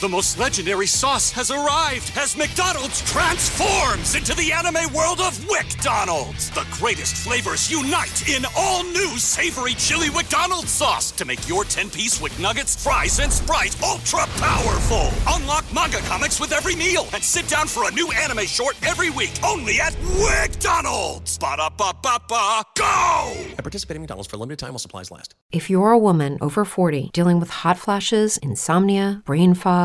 The most legendary sauce has arrived as McDonald's transforms into the anime world of WickDonald's. The greatest flavors unite in all new savory chili McDonald's sauce to make your 10-piece Wick Nuggets, fries, and Sprite ultra-powerful. Unlock manga comics with every meal and sit down for a new anime short every week only at WickDonald's. Ba-da-ba-ba-ba, go! At participating McDonald's for a limited time while supplies last. If you're a woman over 40 dealing with hot flashes, insomnia, brain fog,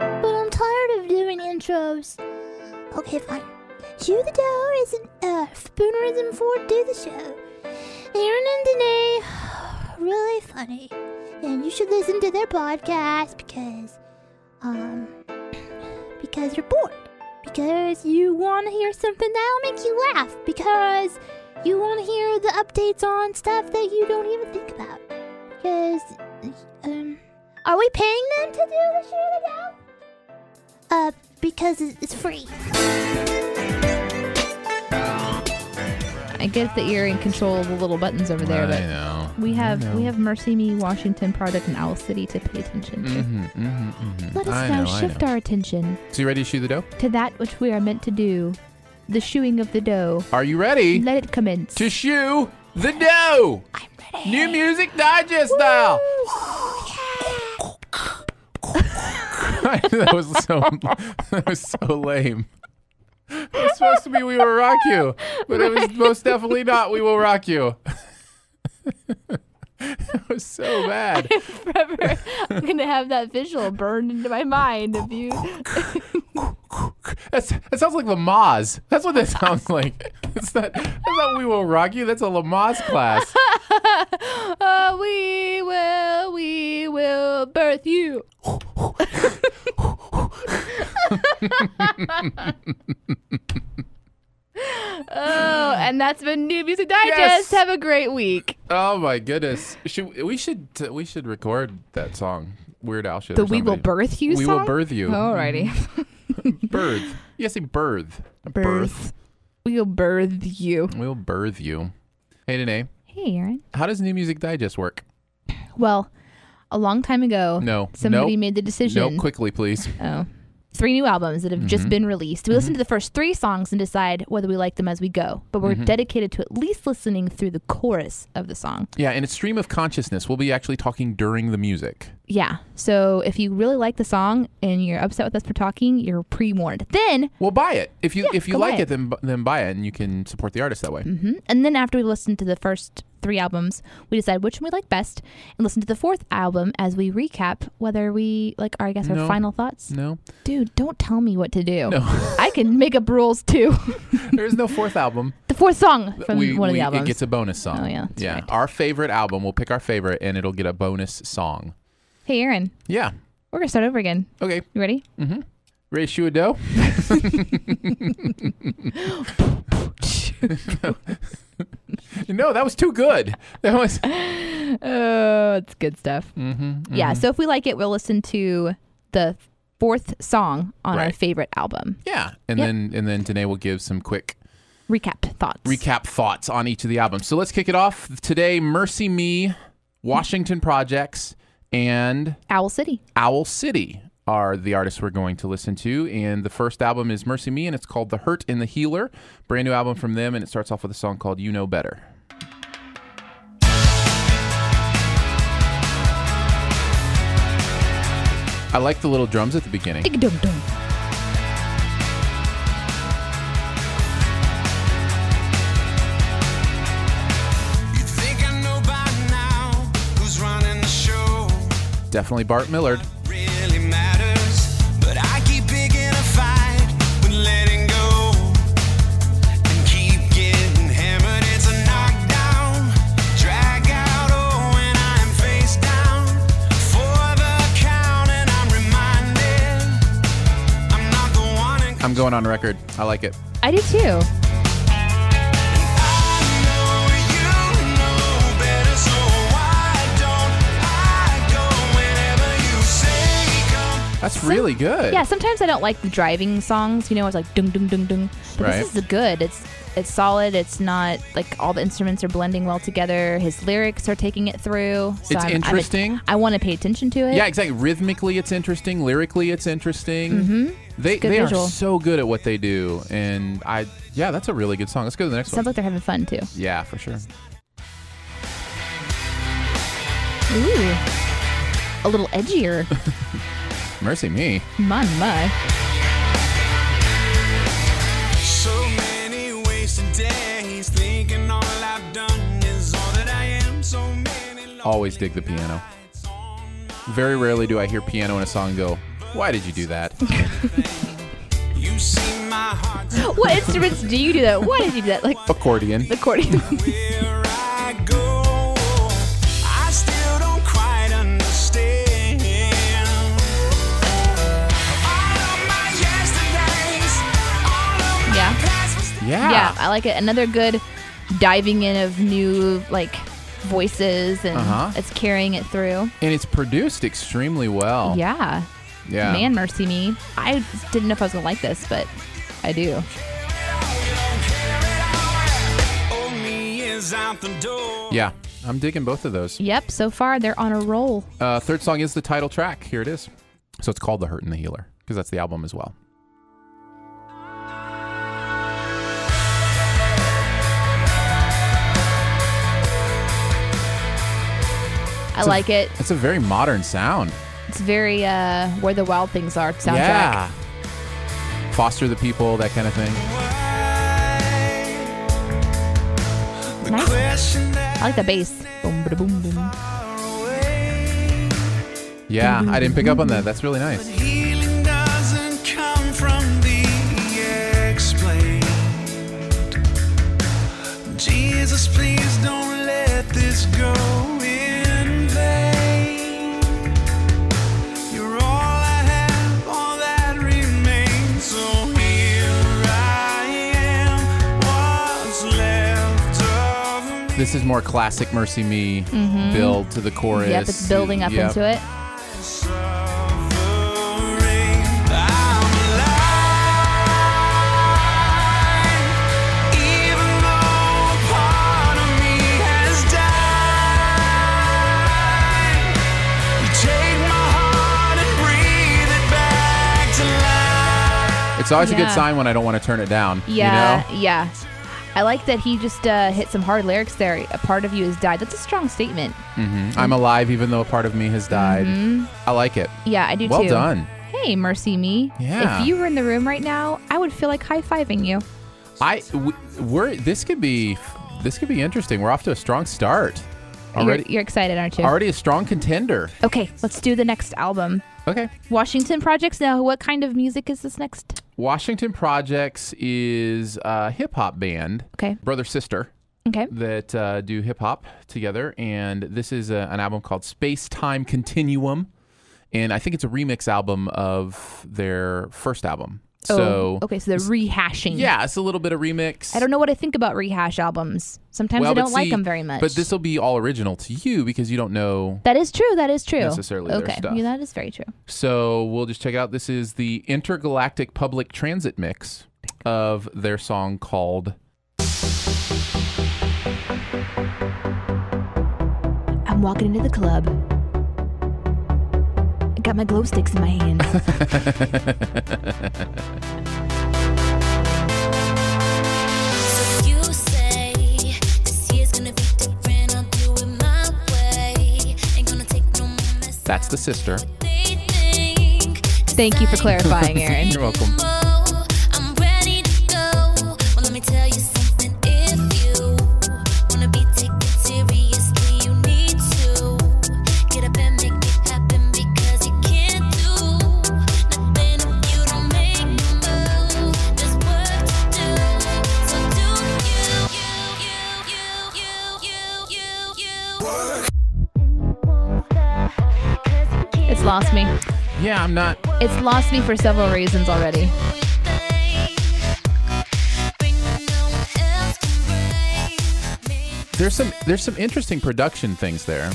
But I'm tired of doing intros. Okay, fine. Hugh the Dower is an F. Spooner is an Ford do the show. Aaron and Danae, really funny. And you should listen to their podcast because, um, because you're bored. Because you want to hear something that'll make you laugh. Because you want to hear the updates on stuff that you don't even think about. Because, um, are we paying them to do the show the Dower? Uh, because it- it's free. I get that you're in control of the little buttons over there, I but know. we I have know. we have Mercy Me, Washington Product, and Owl City to pay attention to. Mhm, mhm, mhm. Let us I now know, I shift know. our attention So you ready to shoe the dough? to that which we are meant to do, the shoeing of the dough. Are you ready Let it commence. to shoe the dough? I'm ready. New music digest style. that was so that was so lame. It was supposed to be "We Will Rock You," but it was most definitely not "We Will Rock You." that was so bad. Forever, I'm gonna have that visual burned into my mind of you. That's, that sounds like Lamaze. That's what that sounds like. It's not, that's not We Will Rock You. That's a Lamaze class. Uh, we will, we will birth you. oh, and that's been New Music Digest. Yes. Have a great week. Oh my goodness. Should we should t- we should record that song. Weird Al should. The or We Will somebody. Birth You We will song? Mm-hmm. birth you. Alrighty. Birth. You gotta say birth. not Birth. We will birth you. We will birth you. Hey Danae, Hey, Aaron. how does New Music Digest work? Well, a long time ago, No. somebody Nope. made the No, decision. quickly please. Oh. Three new albums that have Mm-hmm. just been released. We listen to the first three songs and decide whether we like them as we go, but Mm-hmm. we're dedicated to at least listening through the chorus of the song. Yeah, and it's stream of consciousness. We'll be actually talking during the music. Yeah. So if you really like the song and you're upset with us for talking, you're pre warned. Then, Well, buy it if you Yeah, if you go buy like it. it, then bu- then buy it, and you can support the artist that way. mhm. and then after we listen to the first three albums, we decide which one we like best and listen to the fourth album as we recap whether we like, our, I guess, our No. final thoughts. No, Dude, don't tell me what to do. No. I can make up rules too. there is no fourth album. the fourth song from we, one of we- the albums. It gets a bonus song. Oh, yeah, that's yeah. right. Our favorite album. We'll pick our favorite, and it'll get a bonus song. hey, Aaron. Yeah. We're gonna start over again. Okay. You ready? Ray Shuado. no, that was too good. That was. Oh, it's good stuff. Mm-hmm, Yeah. So if we like it, we'll listen to the fourth song on our Right. favorite album. Yeah, and Yep. then and then Danae will give some quick Recapped thoughts. recap thoughts on each of the albums. So let's kick it off today. Mercy Me, Washington Projects, and Owl City. Owl City are the artists we're going to listen to. And the first album is Mercy Me, and it's called The Hurt and the Healer. Brand new album from them, and it starts off with a song called You Know Better. I like the little drums at the beginning. Dig dum dum. Definitely Bart Millard. Drag out, oh, when I'm face down for the I'm going on record. I like it. I do too. That's really good. Yeah, sometimes I don't like the driving songs. You know, it's like dung dung dung dung. But Right. this is good. It's it's solid. It's not like all the instruments are blending well together. His lyrics are taking it through. So It's interesting. i want to pay attention to it. Yeah, exactly. Rhythmically, it's interesting. Lyrically, it's interesting. Mm-hmm. They good they visual. are so good at what they do, and I yeah, that's a really good song. Let's go to the next Sounds one. like they're having fun too. yeah, for sure. Ooh. A little edgier. Mercy me. my my. So many wasted days thinking all I've done is all that I am. So many Always dig the piano. lights on my Very rarely do I hear piano in a song and go, "Why did you do that?" You see my heart's What instruments do you do that? Why did you do that? Like Accordion. the accordion. where I go. I still don't quite understand. All of my yesterdays, all of my Yeah. past mistakes. Yeah. yeah, I like it. Another good diving in of new like voices and Uh-huh. it's carrying it through. And it's produced extremely Oh. well. Yeah. Yeah. Man, mercy me. I didn't know if I was gonna like this, but I do. Only is out the door. Yeah. I'm digging both of those. Yep. So far, they're on a roll. Uh, third song is the title track. Here it is. So it's called The Hurt and the Healer because that's the album as well. I like it. It's a very modern sound. It's very uh, where the wild things are soundtrack. Yeah. Foster the people, that kind of thing. Why? The Nice. question that I like the bass. Boom, ba boom, boom. away. Yeah, I didn't pick up on that. That's really nice. Healing doesn't come from the explained. Jesus, please don't let this go in vain. You're all I have, all that remains. So here I am, what's left of me. This is more classic Mercy Me build to the chorus. Mm-hmm. Yep, it's building up Yep. into it. Suffering, I'm alive, even though part of me has died. You take my heart and breathe it back to life. It's always a good Yeah. sign when I don't want to turn it down. Yeah, You know? yeah. I like that he just uh, hit some hard lyrics there. A part of you has died. That's a strong statement. I'm alive even though a part of me has died. I like it. Yeah, I do Well Mm-hmm. too. done. Hey, mercy me. Yeah. If you were in the room right now, I would feel like high fiving you. I w- we're this could be this could be interesting. We're off to a strong start. Already You're, you're excited, aren't you? already a strong contender. Okay, let's do the next album. Okay. Washington Projects. Now, what kind of music is this next? Washington Projects is a hip hop band. Okay. Brother sister Okay. that uh, do hip hop together, and this is a, an album called Space Time Continuum, and I think it's a remix album of their first album. so Oh, okay, so they're rehashing. yeah, it's a little bit of remix. I don't know what I think about rehash albums. Sometimes I but don't like see- them very much. But this will be all original to you because you don't know That is true. That is true. Necessarily their Okay. stuff. Yeah, that is very true. So we'll just check out. This is the intergalactic public transit mix of their song called. I'm walking into the club. I got my glow sticks in my hand. You say this year's gonna be different. I'll do it my way. Ain't gonna take no more mess. That's the sister. They think Thank you for clarifying, Aaron. You're welcome. oh, I'm ready to go. Well, let me tell you something. If you wanna be taken seriously, you need to get up and make it happen because you can't do nothing if you don't make a move. There's work to do, so do you, you, you, you, you, you, you. It's lost me. Yeah, I'm not. It's lost me for several reasons already. Thing. There's some there's some interesting production things there.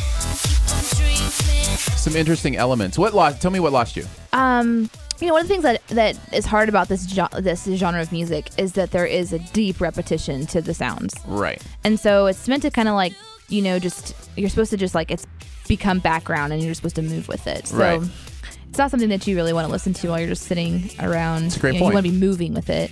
Some interesting elements. What lost? Tell me what lost you. um you know one of the things that that is hard about this jo- this genre of music is that there is a deep repetition to the sounds Right. and so it's meant to kind of like you know just you're supposed to just like it's become background and you're just supposed to move with it so Right. it's not something that you really want to listen to while you're just sitting around a great you, know, point. you want to be moving with it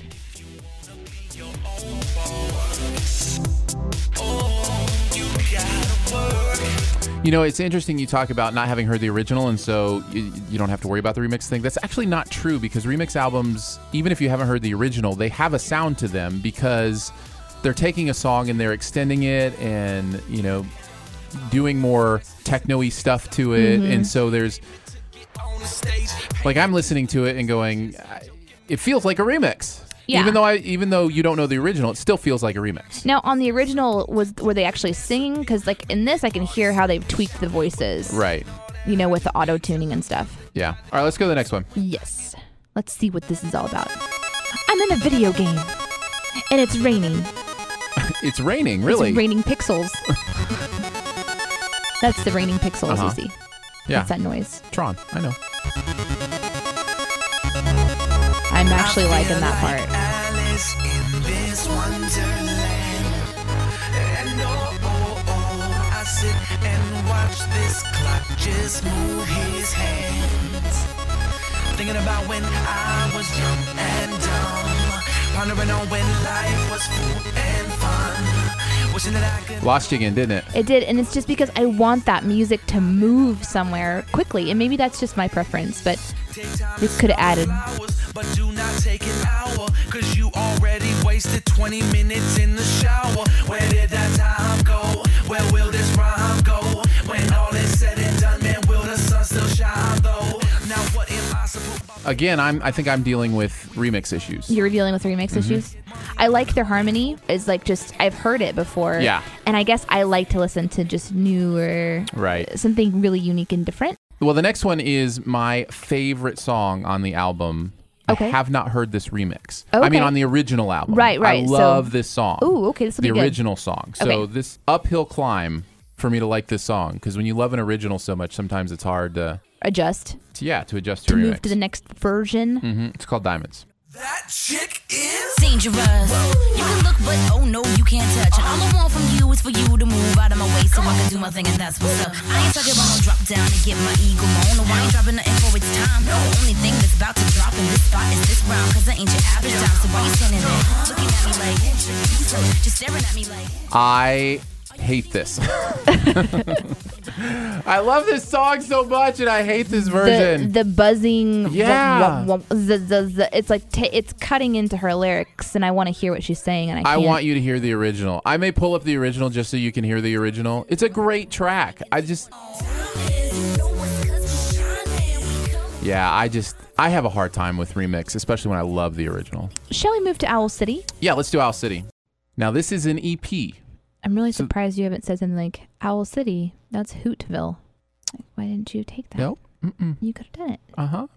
You know, it's interesting you talk about not having heard the original, and so you, you don't have to worry about the remix thing. That's actually not true because remix albums, even if you haven't heard the original, they have a sound to them because they're taking a song and they're extending it and, you know, doing more techno y stuff to it. And so there's, like, I'm listening to it and going, I- it feels like a remix. Yeah. Even though I, even though you don't know the original, it still feels like a remix. now on the original was were they actually singing because like in this i can hear how they've tweaked the voices Right. you know with the auto tuning and stuff Yeah. All right. Let's go to the next one. Yes. Let's see what this is all about. I'm in a video game. And it's raining. It's raining. Really. It's raining pixels. That's the raining pixels Uh-huh. you see. Yeah. That's that noise. Tron. I know. I'm actually liking that part. Thinking about when I was young and dumb, pondering on when life was full and fun, wishing that I could. Lost you again, didn't it? It did, and it's just because I want that music to move somewhere quickly. And maybe that's just my preference, but they could have added. hours, but do not take an hour. Cause you already wasted 20 minutes in the shower. Where did that time go? Where will this rhyme go? When all is said and done, man, will the sun still shine though? Now what am I supposed Again, I'm. I think I'm dealing with remix issues. You're dealing with remix Mm-hmm. issues. I like their harmony. It's like just I've heard it before. Yeah. And I guess I like to listen to just newer Right. something really unique and different. Well, the next one is my favorite song on the album. I Okay. have not heard this remix. I Okay. mean, on the original album. Right, right, I so- love this song. Ooh, okay, this will the be good. original song. So Okay. this uphill climb for me to like this song because when you love an original so much, sometimes it's hard to, Adjust to- yeah to adjust to to, a remix. move to the next version. Mhm, It's called Diamonds. That chick is. dangerous. You can look, but oh no, you can't touch. And all I want from you is for you to move out of my way so I can do my thing, and that's what's up. I ain't talking about no drop down and get my ego on. No, I ain't dropping nothing for its time. The only thing that's about to drop in this spot is this round, cause I ain't your average dime. So why you standing there looking at me like, just staring at me like. I hate this. I love this song so much, and I hate this version. The, the buzzing, Yeah. womp, womp, womp, z- z- z- it's like t- it's cutting into her lyrics, and I want to hear what she's saying, and I, I can't. want you to hear the original. I may pull up the original just so you can hear the original. It's a great track. I just, yeah, I just, I have a hard time with remix, especially when I love the original. Shall we move to Owl City? Yeah, let's do Owl City. Now, this is an E EP. I'm really surprised you haven't said something like Owl City. That's Hootville. Like, why didn't you take that? No? Mm-mm. you could have done it. Uh huh.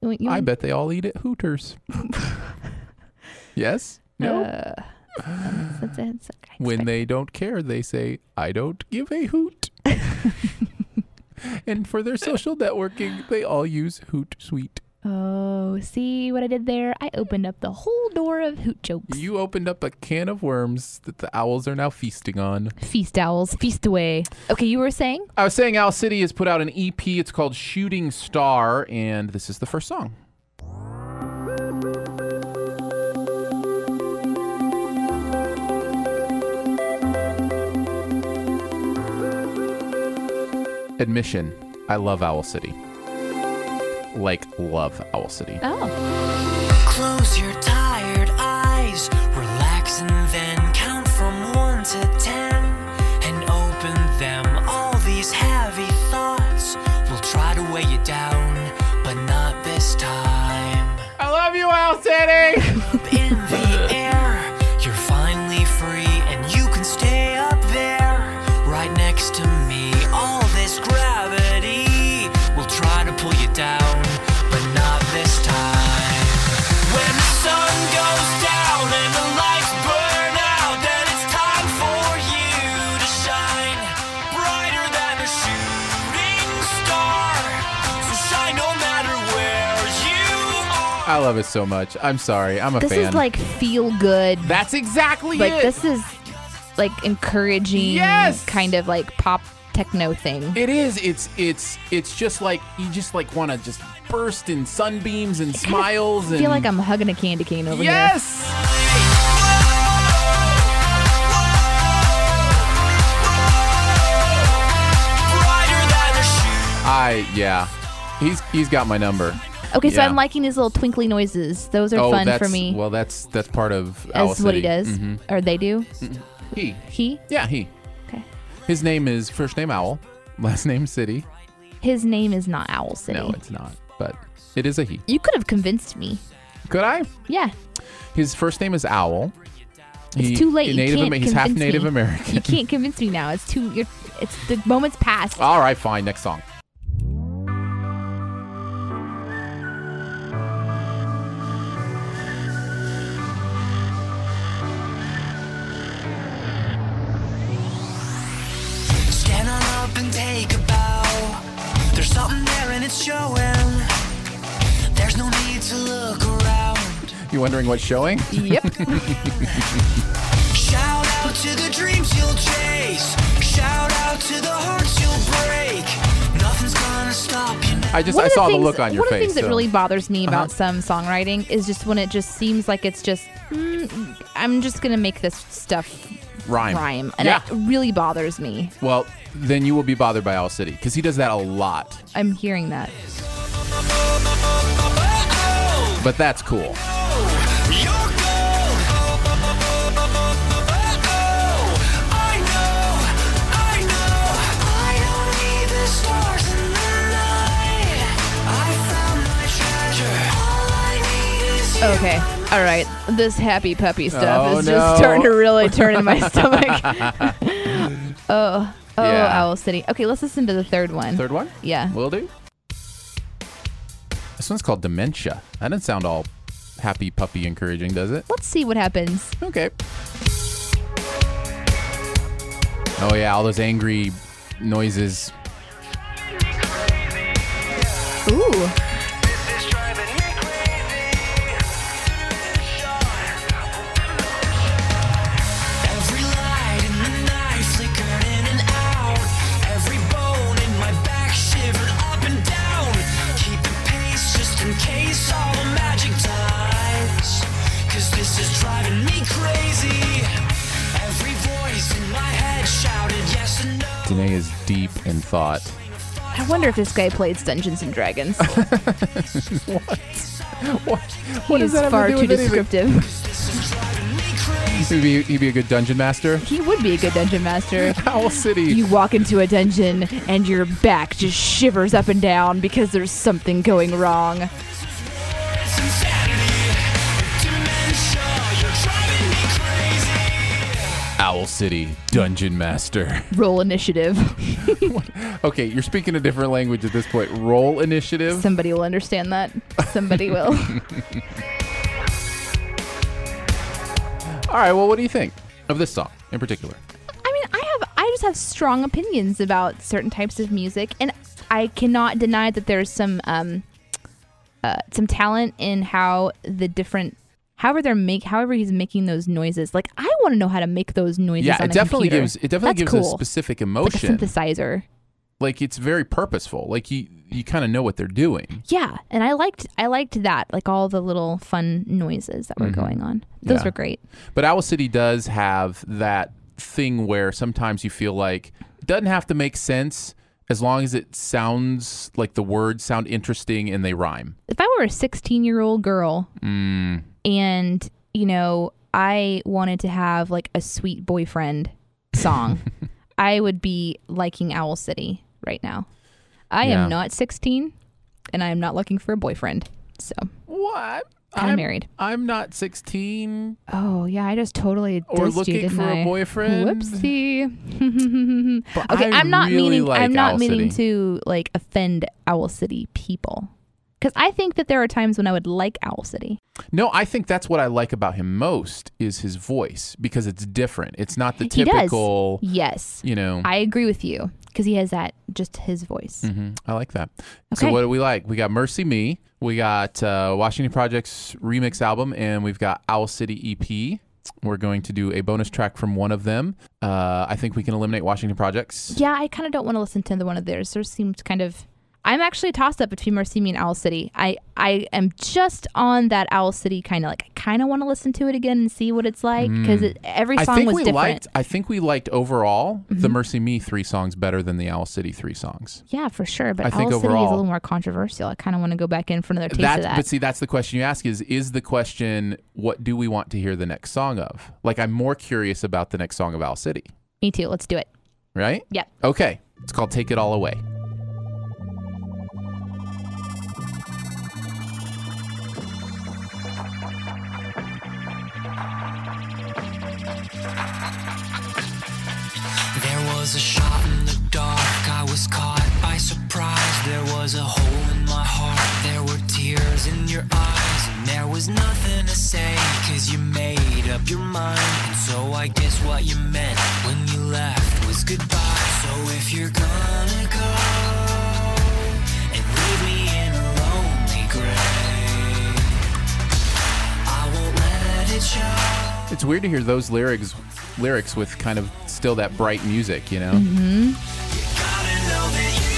You went- you I went- bet they all eat at Hooters. yes? No? Uh, that's, that's, that's, I when expect- they don't care, they say, I don't give a hoot. and for their social networking, they all use Hoot Suite. Oh, see what I did there? I opened up the whole door of hoot jokes. You opened up a can of worms that the owls are now feasting on. Feast owls, feast away. Okay, you were saying? I was saying Owl City has put out an EP. It's called Shooting Star, and this is the first song. Admission I love Owl City. Like, love Owl City. Oh, Close your tired eyes, relax and then count from 1 to 10 and open them. All these heavy thoughts will try to weigh you down, but not this time. I love you, Owl City! In the air, you're finally free and you can stay up there right next to me. All this gravity will try to pull you down, but not this time. When the sun goes down and the lights burn out, then it's time for you to I love it so much. I'm sorry. I'm a This fan. is like feel good. That's exactly like it. this is like encouraging Yes! kind of like pop techno thing. it is. It's it's it's just like you just like want to just burst in sunbeams and smiles I and feel like I'm hugging a candy cane over here. Yes. Brighter than the shoes. I yeah. He's he's got my number. Okay, so Yeah. I'm liking these little twinkly noises. Those are oh, fun that's for me. well. That's that's part of that's Owl what he City. does, Mhm. or they do. He He, yeah he. Okay. His name is first name Owl, last name City. his name is not Owl City. No, it's not, but it is a he. you could have convinced me. Could I? Yeah, His first name is Owl. it's He- too late. You Native can't Ama- he's half convince Native me. American. You can't convince me now. It's too. You're, it's the moment's past. All right, fine. Next song. Stand on up and take a bow. There's something there and it's showing. There's no need to look around. You wondering what's showing? yep. Shout out to the dreams you'll chase. Shout out to the hearts you'll break. Nothing's gonna stop you now. I just One I of saw the things- look on your one face. of the things so- Uh-huh. that really bothers me about some songwriting is just when it just seems like it's just. Mm, I'm just gonna make this stuff rhyme. rhyme, and yeah. it really bothers me. Well, then you will be bothered by Owl City because he does that a lot. I'm hearing that. But that's cool. You're gold. Oh, I know, I know. I don't need the stars in the night. I found my treasure. All I need is you. Okay. All right. This happy puppy stuff Oh, is no. just starting to really turn in my stomach. oh, oh, Yeah. Owl City. Okay, let's listen to the third one. Third one? Yeah. Will do. This one's called Dementia. That doesn't sound all happy puppy encouraging, does it? Let's see what happens. Okay. Oh, yeah, all those angry noises. Ooh. Every light in the night flickered in and out. Every bone in my back shivered up and down. Keep the pace just in case all the magic dies. Cause this is driving me crazy. Every voice in my head shouted yes and no. Danae is deep in thought. I wonder if this guy plays Dungeons and Dragons. What? he is far too descriptive. He'd be, he'd be a good dungeon master. he would be a good dungeon master. Owl City. You walk into a dungeon and your back just shivers up and down because there's something going wrong. It's insanity. Dementia, you're driving me crazy. Owl City Dungeon Master. Roll initiative. Okay, you're speaking a different language at this point. Roll initiative. Somebody will understand that. Somebody will. All right, well, what do you think of this song in particular? I mean, I have I just have strong opinions about certain types of music, and I cannot deny that there's some um, uh, some talent in how the different however they're make however he's making those noises. Like I want to know how to make those noises. yeah, on it a definitely computer. gives it definitely That's gives cool. a specific like a emotion. synthesizer. Like, it's very purposeful. Like you you kind of know what they're doing. Yeah, and I liked I liked that like all the little fun noises that were going on. Those Mm-hmm. Yeah. were great. But Owl City does have that thing where sometimes you feel like it doesn't have to make sense as long as it sounds like the words sound interesting and they rhyme. if I were a 16 year old girl Mm. and, you know, I wanted to have like a sweet boyfriend song, I would be liking Owl City right now. I Yeah. am not 16 and I am not looking for a boyfriend. So, What? Kinda I'm- married. I'm not 16 oh, yeah, I just totally dissed or you, looking didn't for a I? boyfriend. Whoopsie. But okay, I am not really meaning like I'm not Owl meaning City. to like offend Owl City people. Because I think that there are times when I would like Owl City. No, I think that's what I like about him most is his voice because it's different. It's not the He does. typical, Yes. you know. I agree with you because he has that just his voice. Mhm. I like that. So Okay. what do we like? We got Mercy Me, we got uh, Washington Project's remix album, and we've got Owl City EP. We're going to do a bonus track from one of them. Uh, I think we can eliminate Washington Projects. Yeah, I kind of don't want to listen to the one of theirs. Theirs seemed kind of. I'm actually tossed up between Mercy Me and Owl City. I I am just on that Owl City kind of like. I kind of want to listen to it again and see what it's like because every Mm. I song think was we different. Mm-hmm. liked. I think we liked overall the Mercy Me three songs better than the Owl City three songs. Yeah, for sure. But I Owl think City is a overall- little more controversial. I kind of want to go back in for another taste That's, of that. But see, that's the question you ask: is is the question what do we want to hear the next song of? Like, I'm more curious about the next song of Owl City, Me too. Let's do it. right? Yep. Okay, it's called "Take It All Away." There was a shot in the dark. I was caught by surprise. There was a hole in my heart. There were tears in your eyes. And there was nothing to say. Cause you made up your mind. And so I guess what you meant when you left was goodbye. So if you're gonna go and leave me in a lonely grave, I won't let it show. It's weird to hear those lyrics lyrics with kind of still that bright music, you know? Mm-hmm. Gotta know that you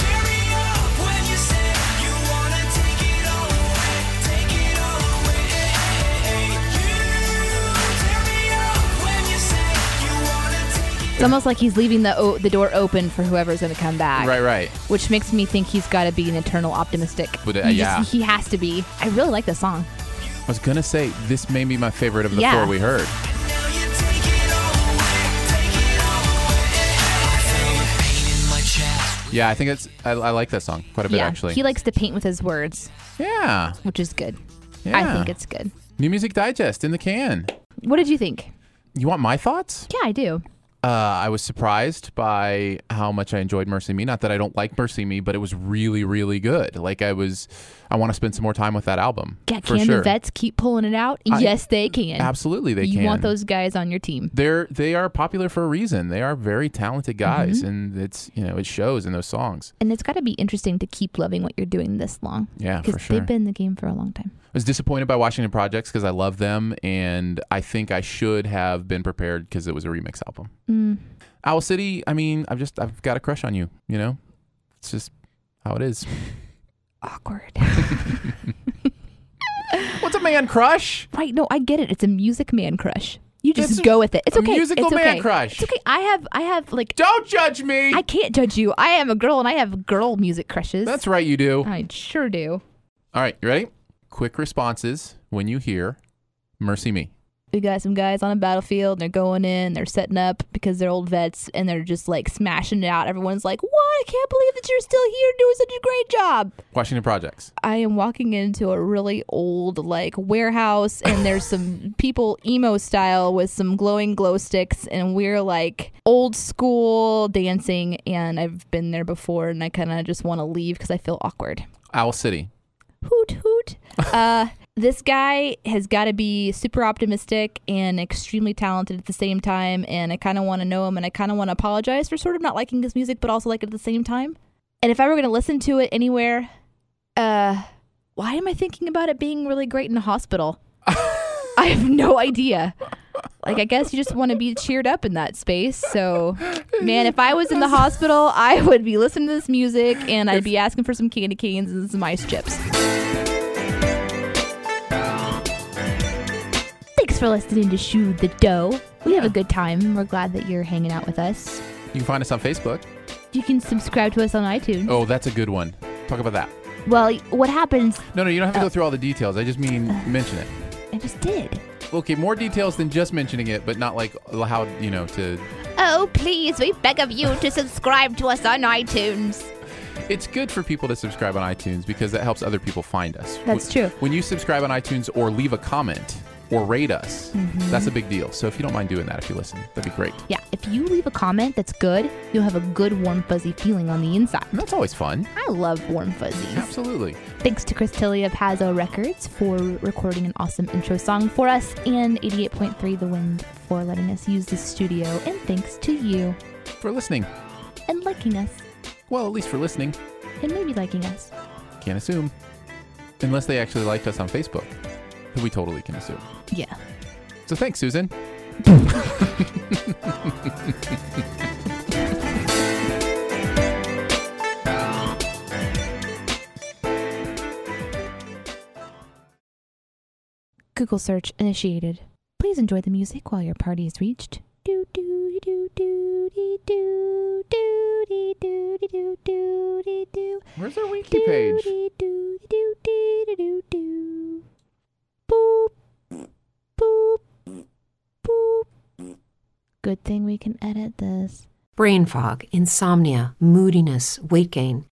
tear me up when you say you wanna take it all away, take it all away. You tear me up when you say you wanna take it. It's almost like he's leaving the o- the door open for whoever's going to come back. Right, right. Which makes me think he's got to be an eternal optimistic. But, uh, He yeah. he has to be. I really like this song. I was gonna say this may be my favorite of the Yeah. four we heard. Now you take it all away, take it all away. I feel the pain in my chest. Yeah, I think it's I, I like that song quite a bit yeah. actually. He likes to paint with his words, yeah, which is good. yeah. I think it's good. New Music Digest in the can. What did you think? You want my thoughts? Yeah, I do. Uh, I was surprised by how much I enjoyed Mercy Me. Not that I don't like Mercy Me, but it was really, really good. Like I was, I want to spend some more time with that album. Yeah, for can sure. the vets keep pulling it out? I- yes, they can. Absolutely, they you can. want those guys on your team. they're they are popular for a reason. They are very talented guys, Mm-hmm. and it's you know it shows in those songs. And it's got to be interesting to keep loving what you're doing this long. Yeah, for Because sure. they've been in the game for a long time. I was disappointed by Washington Projects because I love them, and I think I should have been prepared because it was a remix album. Mm. Owl City, I mean, I've just I've got a crush on you. You know, it's just how it is. Awkward. What's a man crush? right. No, I get it. It's a music man crush. You just It's a- go with it. It's a okay. musical it's man okay. crush. It's okay. I have, I have like, Don't judge me. I can't judge you. I am a girl and I have girl music crushes. That's right, you do. I sure do. All right, you ready? Quick responses when you hear "Mercy Me." We got some guys on a battlefield. And they're going in. They're setting up because they're old vets, and they're just like smashing it out. Everyone's like, "What? I can't believe that you're still here doing such a great job." Washington Projects. I am walking into a really old like warehouse, and there's some people emo style with some glowing glow sticks, and we're like old school dancing. And I've been there before, and I kind of just want to leave because I feel awkward Owl City. hoot hoot. Uh, this guy has got to be super optimistic and extremely talented at the same time. And I kind of want to know him and I kind of want to apologize for sort of not liking his music, but also like it at the same time. And if I were going to listen to it anywhere, uh, why am I thinking about it being really great in a hospital? I have no idea. Like, I guess you just want to be cheered up in that space. So, man, if I was in the hospital, I would be listening to this music and I'd be asking for some candy canes and some ice chips. Thanks for listening to Shoe the Dough. We have a good time. We're glad that you're hanging out with us. You can find us on Facebook. You can subscribe to us on iTunes. Oh, that's a good one. Talk about that. Well, what happens? No, no, you don't have to Oh. go through all the details. I just mean mention it. I just did. Okay, more details than just mentioning it, but not like how you know to. Oh, please, we beg of you to subscribe to us on iTunes. It's good for people to subscribe on iTunes because that helps other people find us. That's Wh- true. When you subscribe on iTunes or leave a comment, or rate us. Mm-hmm. That's a big deal. So if you don't mind doing that, if you listen, that'd be great. Yeah, if you leave a comment that's good, you'll have a good warm fuzzy feeling on the inside. And that's always fun. I love warm fuzzies. Absolutely. Thanks to Chris Tilly of Hazo Records for recording an awesome intro song for us, and 88.3 The Wind for letting us use the studio. And thanks to you For listening. and liking us, Well, at least for listening. and maybe liking us. Can't assume. Unless they actually liked us on Facebook, who we totally can assume. Yeah. So thanks, Susan. Google search initiated. Please enjoy the music while your party is reached. Do do do do do do do do do do do do do. Where's our wiki page? Boop. Boop. Boop. Good thing we can edit this. Brain fog, insomnia, moodiness, weight gain.